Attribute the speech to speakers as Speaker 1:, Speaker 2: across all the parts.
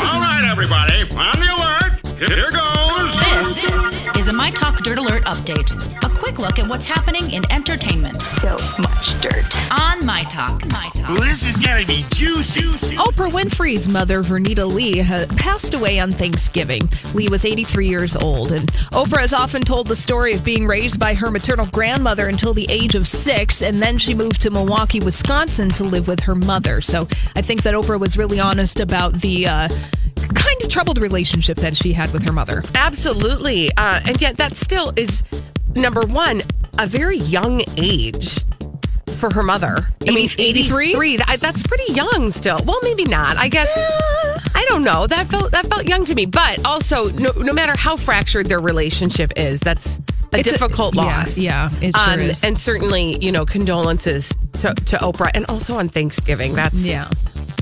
Speaker 1: All right, everybody, on the alert. Here goes.
Speaker 2: This is a My Talk Dirt Alert update. A quick look at what's happening in entertainment. So much dirt. On My Talk. My Talk.
Speaker 1: This is gonna be juicy.
Speaker 3: Oprah Winfrey's mother, Vernita Lee, ha- passed away on Thanksgiving. Lee was 83 years old, and Oprah has often told the story of being raised by her maternal grandmother until the age of six, and then she moved to Milwaukee, Wisconsin to live with her mother. So I think that Oprah was really honest about the uh, kind of troubled relationship that she had with her mother.
Speaker 4: Absolutely. Uh, and yet, that still is number one, a very young age for her mother. I mean,
Speaker 3: 83?
Speaker 4: 83? that- that's pretty young still. Well, maybe not. I guess. I don't know. That felt that felt young to me. But also, no, no matter how fractured their relationship is, that's a
Speaker 3: It's a-
Speaker 4: difficult
Speaker 3: yeah,
Speaker 4: loss. Um,
Speaker 3: yeah, it sure is.
Speaker 4: And certainly, you know, condolences to, to Oprah, and also on Thanksgiving. That's
Speaker 3: Yeah.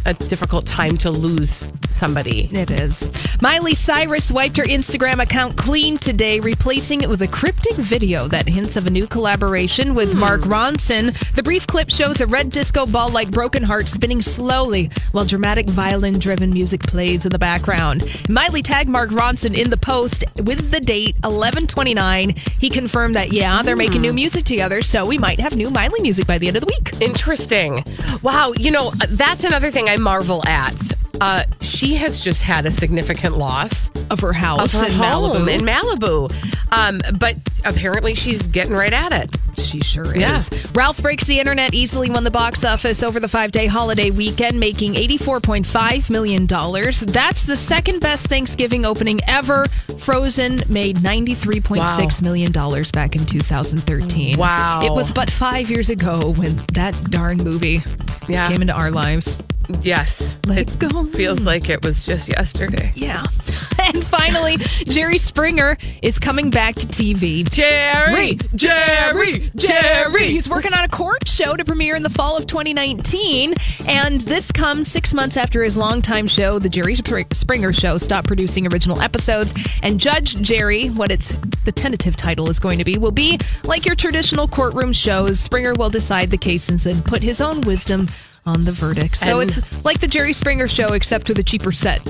Speaker 4: a difficult time to lose somebody.
Speaker 3: It is. Miley Cyrus wiped her Instagram account clean today, replacing it with a cryptic video that hints of a new collaboration with Mark Ronson. The brief clip shows a red disco ball like broken heart spinning slowly while dramatic violin driven music plays in the background. Miley tagged Mark Ronson in the post with the date 1129. He confirmed that, yeah, they're making new music together, so we might have new Miley music by the end of the week.
Speaker 4: Interesting. Wow. You know, uh, that's another thing I marvel at. Uh, she has just had a significant loss
Speaker 3: Of her
Speaker 4: of
Speaker 3: house
Speaker 4: her
Speaker 3: in
Speaker 4: home
Speaker 3: Malibu.
Speaker 4: in Malibu. Um, but apparently she's getting right at it.
Speaker 3: She sure is.
Speaker 4: Yeah.
Speaker 3: Ralph Breaks the Internet easily won the box office over the five day holiday weekend, making $84.5 million. That's the second best Thanksgiving opening ever. Frozen made $93.6 million dollars back in 2013.
Speaker 4: Wow.
Speaker 3: It was but five years ago when that darn movie
Speaker 4: Yeah.
Speaker 3: came into our lives.
Speaker 4: Yes.
Speaker 3: Let it go.
Speaker 4: Feels like it was just yesterday.
Speaker 3: Yeah. And finally, Jerry Springer is coming back to TV.
Speaker 4: Jerry, Jerry, Jerry.
Speaker 3: He's working on a court show to premiere in the fall of 2019, and this comes six months after his longtime show, The Jerry Spr- Springer Show, stopped producing original episodes. And Judge Jerry, what its the tentative title is going to be, will be like your traditional courtroom shows. Springer will decide the cases and put his own wisdom on the verdict. So
Speaker 4: And- Mm-hmm.
Speaker 3: it's like the Jerry Springer Show, except with a cheaper set.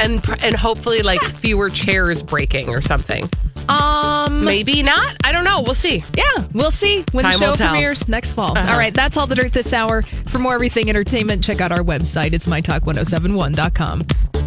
Speaker 4: And pr- and hopefully like fewer chairs breaking or something.
Speaker 3: Um.
Speaker 4: Maybe not. I don't know. We'll see.
Speaker 3: Yeah, we'll see when
Speaker 4: Time
Speaker 3: the show
Speaker 4: will tell. Uh-huh.
Speaker 3: premieres next fall. All right, that's oh all the dirt this hour. For more everything entertainment, check out our website. It's mytalk1071.com.